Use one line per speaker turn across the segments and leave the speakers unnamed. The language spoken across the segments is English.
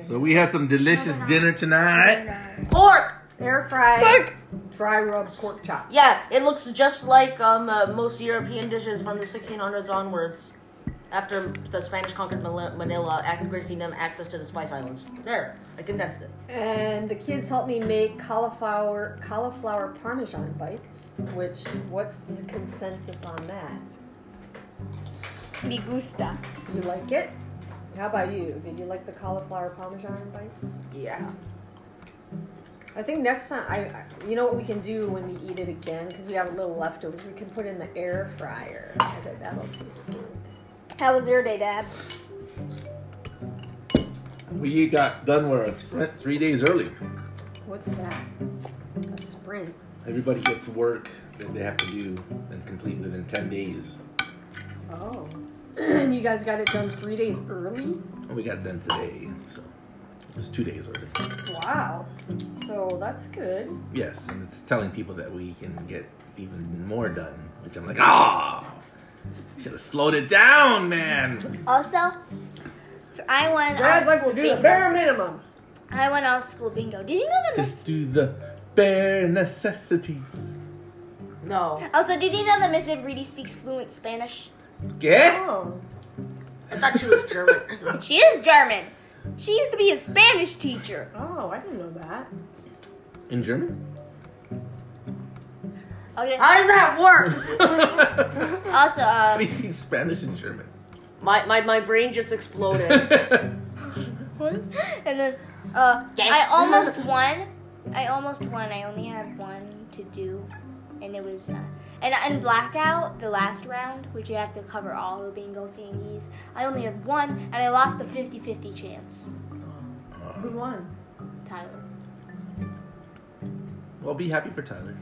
So we had some delicious dinner tonight.
Pork.
Air fried,
Pork.
dry rub pork chops.
Yeah, it looks just like um, uh, most European dishes from the 1600s onwards. After the Spanish conquered Mala- Manila, ac- granting them access to the Spice Islands. There, I think that's it.
And the kids helped me make cauliflower cauliflower parmesan bites. Which, what's the consensus on that?
Me gusta.
You like it? How about you? Did you like the cauliflower parmesan bites?
Yeah.
I think next time I, I- you know what we can do when we eat it again because we have a little leftovers. We can put in the air fryer. I bet that'll taste good.
How was your day, Dad?
We got done with our sprint three days early.
What's that? A sprint.
Everybody gets work that they have to do and complete within 10 days.
Oh. And you guys got it done three days early?
And we got it done today. So it was two days early.
Wow. So that's good.
Yes, and it's telling people that we can get even more done, which I'm like, ah, should have slowed it down, man.
Also, I won
Dad
our
likes
school
to do the
bingo.
bare minimum.
I won our school bingo. Did you know that? Miss-
Just do the bare necessities.
No.
also, did you know that Miss Midreedy speaks fluent Spanish?
Yeah?
Oh.
I thought she was German.
She is German. She used to be a Spanish teacher.
Oh, I didn't know that.
In German?
Okay.
How does that work?
Also,
How do
uh,
you teach Spanish in German?
My, my, my brain just exploded.
What?
and then uh,
Yes.
I almost won. I almost won. I only had one to do, and it was. Uh, and in blackout, the last round, which you have to cover all the bingo thingies, I only had one, and I lost the 50-50 chance.
Uh,
Who won?
Tyler,
well, be happy for Tyler.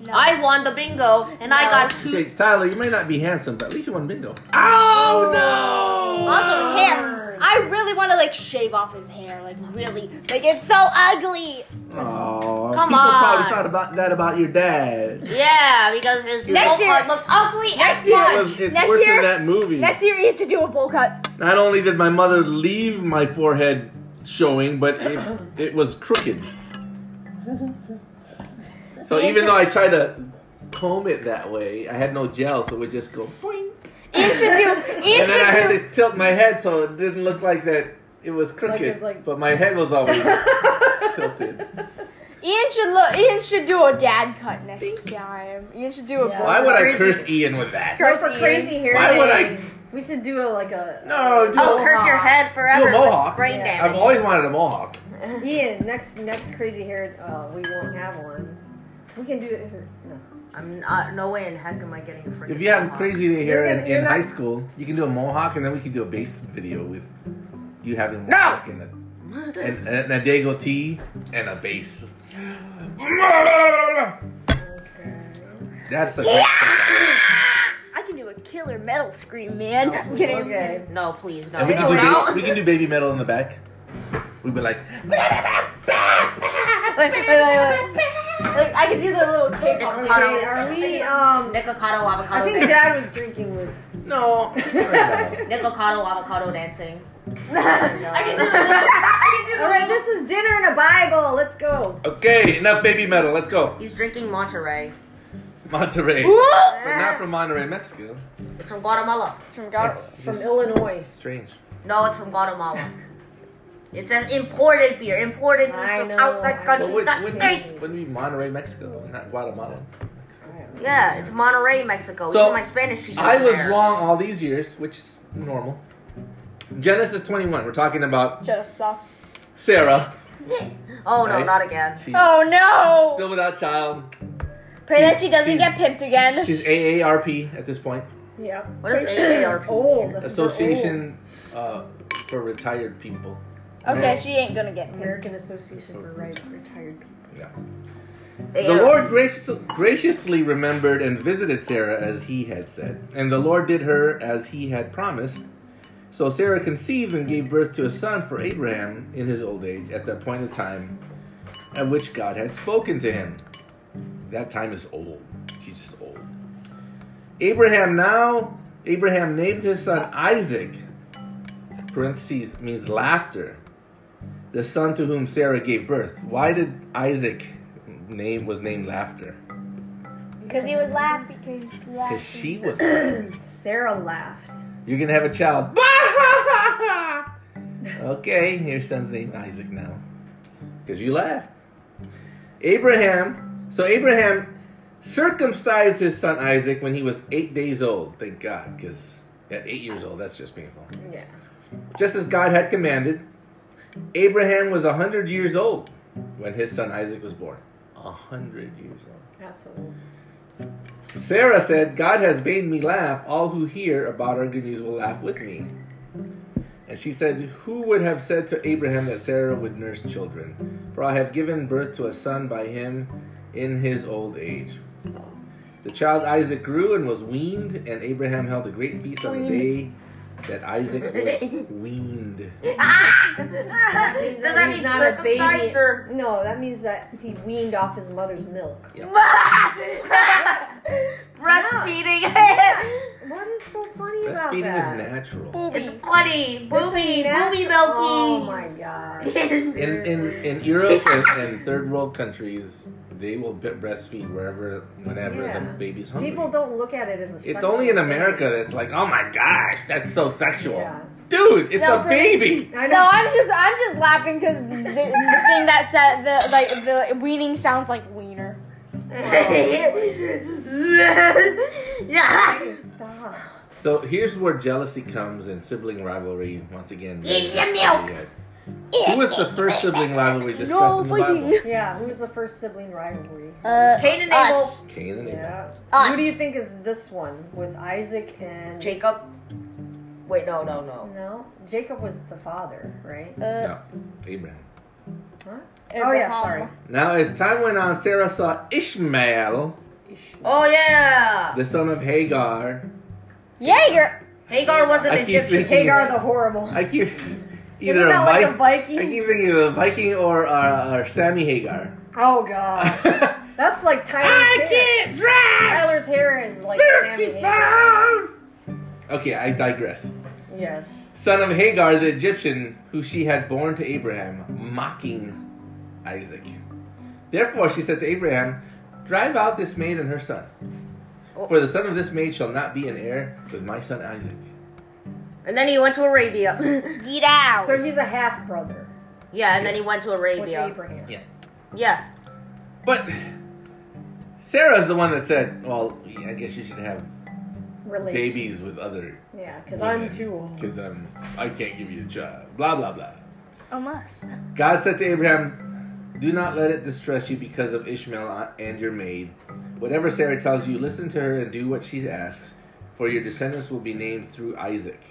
no,
I won the bingo, and I got
She
two.
says, Tyler, you may not be handsome, but at least you won bingo. Oh, no!
Also, his hair.
Lord.
I really want to like shave off his hair, like really, like it's so ugly.
Oh,
Come
people probably
on.
thought about that about your dad.
Yeah, because his
Next
bowl
year-
cut looked ugly
next
as
year-
fuck.
It was, it's
Next
worse
year-
than that movie.
Next year, you have to do a bowl cut.
Not only did my mother leave my forehead showing, but it, it was crooked. So
Yeah,
even
just-
though I tried to comb it that way, I had no gel, so it would just go boing.
You should do. You
And then I
should
had
do.
to tilt my head so it didn't look like that. It was crooked,
it's like-
but my head was always tilted.
Ian should look. Ian should do a dad cut next time. Ian should do a
Yeah.
bowl.
Why would I
Crazy.
curse Ian with that?
Go
Curse
for
Ian.
crazy hair.
Why would I-
day. We should do a, like a.
No, do
Oh,
a-
curse your head forever.
Do a mohawk.
With brain
Yeah.
I've
damage.
always wanted a mohawk.
Ian, next next crazy hair. Oh, we won't have one. We can do it. Here. No.
I'm not, no way in heck am I getting a freaking
If you have
mohawk.
crazy hair
You're
in,
gonna-
in
you're
high
not-
school, you can do a mohawk, and then we can do a bass video with you having a
No!
mohawk and, a, and, and a dago tee and a bass. That's a great
I can do a killer metal scream, man.
No,
I'm
please.
kidding.
Okay.
No, please, no.
And we can, do
no,
ba-
no.
we can do baby metal in the back. We'd be like,
Wait, wait, wait, wait. Like, I could do the little cake on
Avocado.
Okay, are we? Um,
Nicocado
I
avocado
think
dancing.
Dad was drinking with.
no.
Nicocado avocado dancing.
I can do the little. I can do the
All right,
little.
this is dinner and a Bible. Let's go.
okay, enough baby metal. Let's go.
He's drinking Monterey.
Monterey.
Ooh!
But not from Monterey, Mexico.
It's from Guatemala.
From
That's
From
just
Illinois.
Strange.
No, it's from Guatemala. It says imported beer. Imported means
I
from
know.
outside countries,
But would,
not
wouldn't,
states.
it- wouldn't it be Monterey, Mexico, not Guatemala?
Yeah, it's Monterey, Mexico.
So,
Even my Spanish teacher
I was
there.
wrong all these years, which is normal. Genesis 21. We're talking about
Just sauce.
Sarah,
Oh no,
Right?
not again.
she's
Oh no!
still without child.
Pray that she doesn't get pimped again.
She's AARP at this point,
Yeah.
What is AARP?
Old.
Association uh, for Retired People.
Okay, she ain't gonna get
We're old.
pimped.
American Association for Right Retired People.
Yeah.
They
The
are-
Lord gracious, graciously remembered and visited Sarah as he had said, and the Lord did her as he had promised. So Sarah conceived and gave birth to a son for Abraham in his old age at the appointed time at which God had spoken to him. That time is old. She's just old. Abraham now, Abraham named his son Isaac, parentheses means laughter, the son to whom Sarah gave birth. Why did Isaac name was named Laughter?
Because he was laughing. Because he was
Because
laughing.
she was. Laughter.
Sarah laughed.
You're gonna have a child. okay, your son's named Isaac now. Because you laughed. Abraham. So Abraham circumcised his son Isaac when he was eight days old. Thank God, because at eight years old, that's just painful.
Yeah.
Just as God had commanded, Abraham was a hundred years old when his son Isaac was born. A hundred years old.
Absolutely.
Sarah said, God has made me laugh. All who hear about our good news will laugh with me. And she said, Who would have said to Abraham that Sarah would nurse children? For I have given birth to a son by him in his old age. The child Isaac grew and was weaned, and Abraham held a great feast on the day that Isaac was weaned.
Does that
he's
mean
not a
circumcised
baby.
or?
No, that means that he weaned off his mother's milk.
Breastfeeding.
What is so funny about
Breastfeeding
that?
is natural.
it's
Booby.
funny.
This
Booby,
ain't nat-
booby milkies.
Oh my god.
In, in, in Europe and, and third world countries, they will be- breastfeed wherever, whenever the
Yeah.
baby's hungry.
People don't look at it as a
It's
sexual
only in
thing.
America that's like, oh my gosh, that's so sexual.
Yeah.
Dude, it's
No,
a
for-
baby.
I
No,
know.
I'm just I'm just laughing because the, the thing that said the like the weaning sounds like wiener.
yeah.
Stop.
So here's where jealousy comes and sibling rivalry once again.
Give
very
me
much to be had. Who was the first sibling rivalry discussed
No
in the Bible?
fighting.
Yeah, who was the first sibling rivalry?
Uh,
Cain and
us.
Cain and Abel.
Yeah.
Us.
Who do you think is this one with Isaac and
Jacob. Wait, no, no, no.
No, Jacob was the father, right?
Uh,
No, Abraham.
Oh yeah,
Abraham.
sorry.
Now, as time went on, Sarah saw Ishmael,
Oh yeah.
the son of Hagar.
Jaeger.
Hagar was an
I keep
Egyptian.
thinking-
Hagar the horrible.
I keep
Isn't
either
that
a
like a
Viking. I
Viking?
keep thinking of a Viking or, uh, or Sammy Hagar.
Oh god, that's like Tyler's
I
hair.
can't drive.
Tyler's hair is like Sammy. Hagar.
55! Okay, I digress.
Yes.
Son of Hagar the Egyptian, who she had borne to Abraham, mocking Isaac. Therefore she said to Abraham, Drive out this maid and her son.
Oh.
For the son of this maid shall not be an heir with my son Isaac.
And then he went to Arabia.
Get out.
So he's a half brother
yeah, and then he went to
with
Arabia.
Abraham.
Yeah.
But Sarah's the one that said, Well, I guess you should have
Relation.
babies with other
Yeah, because I'm too old.
Because I'm um, I can't give you the child. Blah blah blah.
Almost.
God said to Abraham, Do not let it distress you because of Ishmael and your maid. Whatever Sarah tells you, listen to her and do what she asks, for your descendants will be named through Isaac.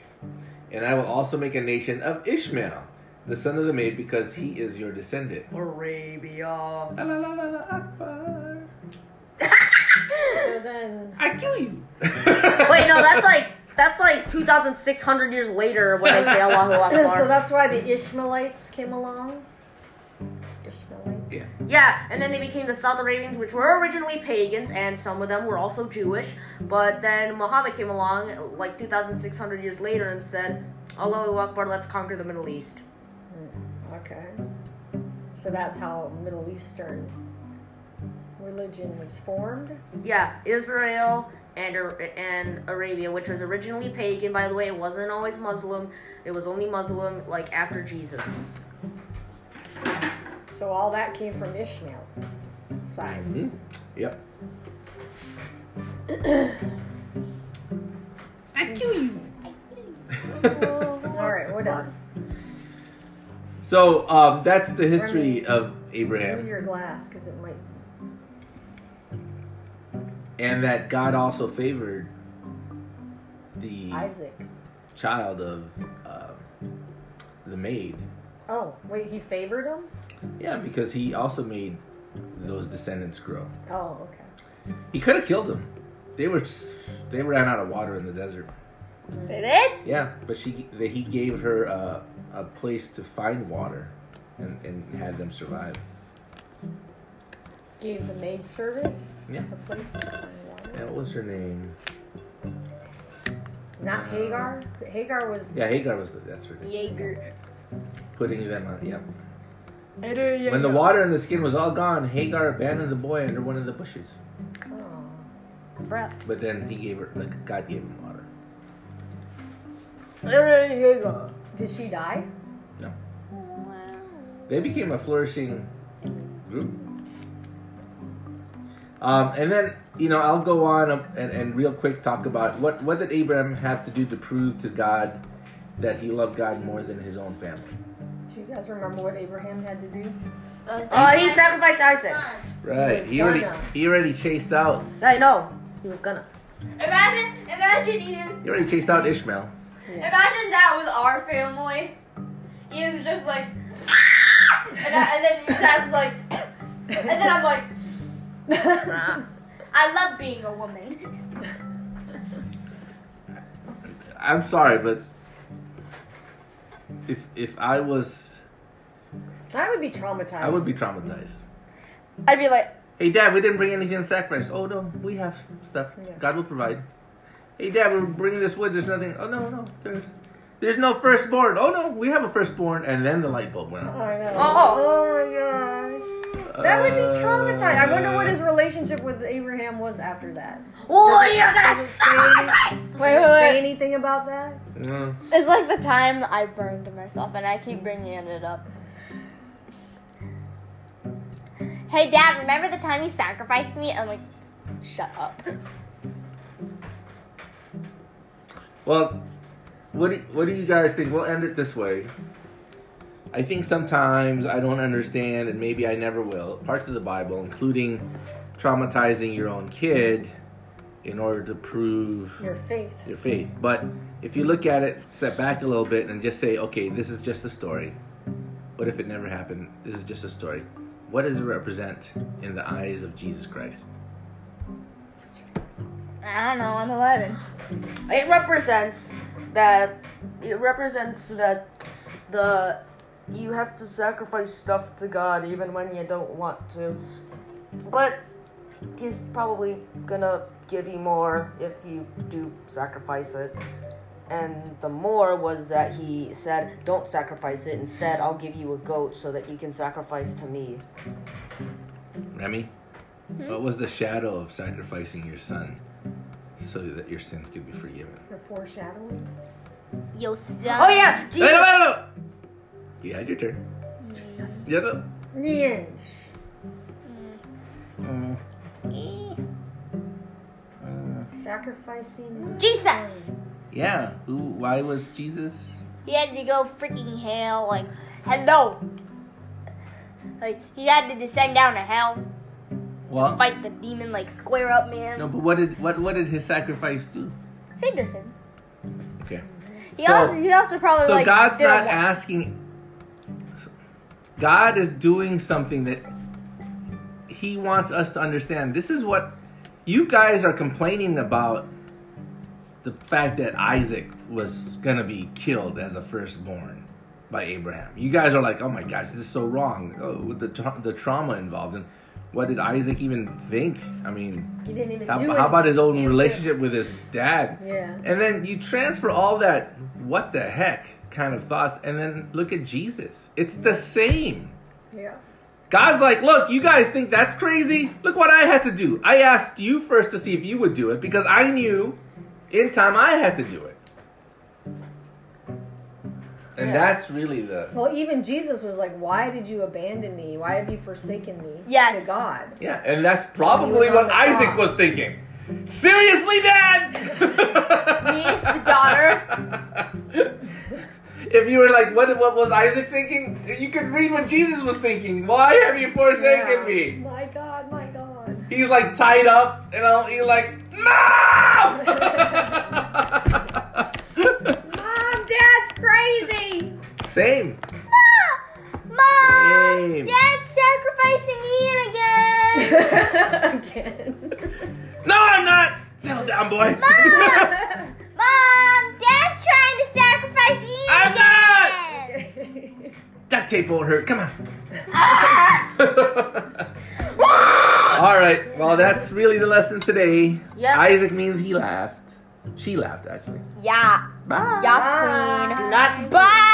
And I will also make a nation of Ishmael, the son of the maid, because he is your descendant.
Arabia.
La la la la la Akbar.
So then,
I kill you.
Wait, no, that's like that's like 2,600 years later when they say Allahu Akbar.
so that's why the Ishmaelites came along. Ishmaelites.
Yeah.
Yeah, and then they became the South Arabians, which were originally pagans, and some of them were also Jewish. But then Muhammad came along, like 2,600 years later, and said, Allahu Akbar, let's conquer the Middle East.
Okay. So that's how Middle Eastern religion was formed.
Yeah, Israel and Ar- and Arabia, which was originally pagan, by the way, it wasn't always Muslim. It was only Muslim, like after Jesus.
So all that came from Ishmael side.
Mhm. Yep. I kill you.
All right, we're done.
So um, that's the history of
Move
Abraham,
your glass because it might.
and that God also favored the
Isaac.
child of um, the maid.
Oh wait, he favored him.
Yeah, because he also made those descendants grow.
Oh okay.
He could have killed them. They were they ran out of water in the desert.
They did?
Yeah, but she that he gave her uh, a place to find water, and, and had them survive.
Gave the maid servant
Yeah.
a place. to find water.
And what was her name?
Not
Uh,
Hagar. Hagar was.
Yeah, Hagar was the, that's her name.
Jaeger.
Putting them on. Yeah. When the water and the skin was all gone, Hagar abandoned the boy under one of the bushes.
Oh.
Bruh.
But then he gave her, like, God gave him water.
Did she die?
They became a flourishing group. Um, and then, you know, I'll go on and, and real quick talk about what, what did Abraham have to do to prove to God that he loved God more than his own family?
Do you guys remember what Abraham had to do?
Oh,
Uh, he sacrificed Isaac.
Right.
He was
He already,
gonna.
he already chased out
I know. He was gonna.
Imagine, imagine Ian.
he already chased out Ishmael.
Imagine that with our family. Ian's just like, and, I, and then Dad's like, and then I'm like,
I love being a woman.
I'm sorry, but if if I was,
I would be traumatized.
I would be traumatized.
I'd be like,
Hey, Dad, we didn't bring anything in sacrifice. Oh no, we have stuff.
Yeah.
God will provide. Hey, Dad, we're bringing this wood. There's nothing. Oh no, no, there's there's no firstborn. Oh no, we have a firstborn. And then the light bulb went
Oh,
out.
I know.
Oh, oh my gosh.
That would be
Uh,
traumatized. I wonder what his relationship with Abraham was after that.
Oh,
Does it-
you're
does
gonna
it say any-
suck!
wait, wait,
Does it Say
wait.
anything about that?
Yeah.
It's like the time I burned myself, and I keep bringing it up. Hey, Dad, remember the time you sacrificed me? I'm like, shut up.
Well, what do, what do you guys think? We'll end it this way. I think sometimes I don't understand, and maybe I never will, parts of the Bible, including traumatizing your own kid in order to prove
Your faith.
your faith. But if you look at it, step back a little bit, and just say, okay, this is just a story. What if it never happened? This is just a story. What does it represent in the eyes of Jesus Christ?
I don't know, I'm 11.
It represents that. It represents that the you have to sacrifice stuff to God even when you don't want to. But He's probably gonna give you more if you do sacrifice it. And the more was that he said, "Don't sacrifice it. Instead, I'll give you a goat so that you can sacrifice to me."
Remy, what was the shadow of sacrificing your son so that your sins could be forgiven?
Your foreshadowing.
Yo,
Oh
son.
yeah,
Wait, wait,
Jesus.
wait, wait. You had your turn. Yeah, no.
Yes. Sacrificing.
Jesus!
yeah. Who? Why was Jesus?
He had to go freaking hell, like, hello! Like, he had to descend down to hell,
Well,
fight the demon, like, square up, man.
no. But what did what what did his sacrifice do?
Saved our sins.
Okay.
He,
So-
also, he also probably,
So
like,
God's
did a
not
wa-
asking. God is doing something that He wants us to understand. This is what you guys are complaining about the fact that Isaac was going to be killed as a firstborn by Abraham. You guys are like, oh my gosh, this is so wrong. Oh, with the, tra- the trauma involved. And what did Isaac even think? I mean,
He didn't even
how,
do it.
how about his own
He's
relationship with his dad?
Yeah.
And then you transfer all that what the heck kind of thoughts and then look at Jesus. It's the same.
Yeah.
God's like, look, you guys think that's crazy? Look what I had to do. I asked you first to see if you would do it because I knew in time I had to do it. And
Yeah.
that's really the
Well, even Jesus was like, "Why did you abandon me? Why have you forsaken me?"
Yes.
To God.
yeah, and that's probably
on
what
the
Isaac
cross.
was thinking. Seriously, Dad?
Me, the daughter.
If you were like, what, what was Isaac thinking? You could read what Jesus was thinking. Why have you forsaken
Yeah.
me?
My God. My God.
He's like tied up, and I'll, he's like, no!
Mom, Dad's crazy.
Same.
Mom!
Same.
Dad's sacrificing Ian again!
Again.
No, I'm not. Settle down, boy.
Mom, Dad's trying to sacrifice Ian
I'm
again.
Duct tape won't hurt. Come on.
Ah!
All right. Well, that's really the lesson today.
Yeah.
Isaac means he laughed. She laughed, actually.
Yeah,
Bye.
yas queen.
Not
Bye.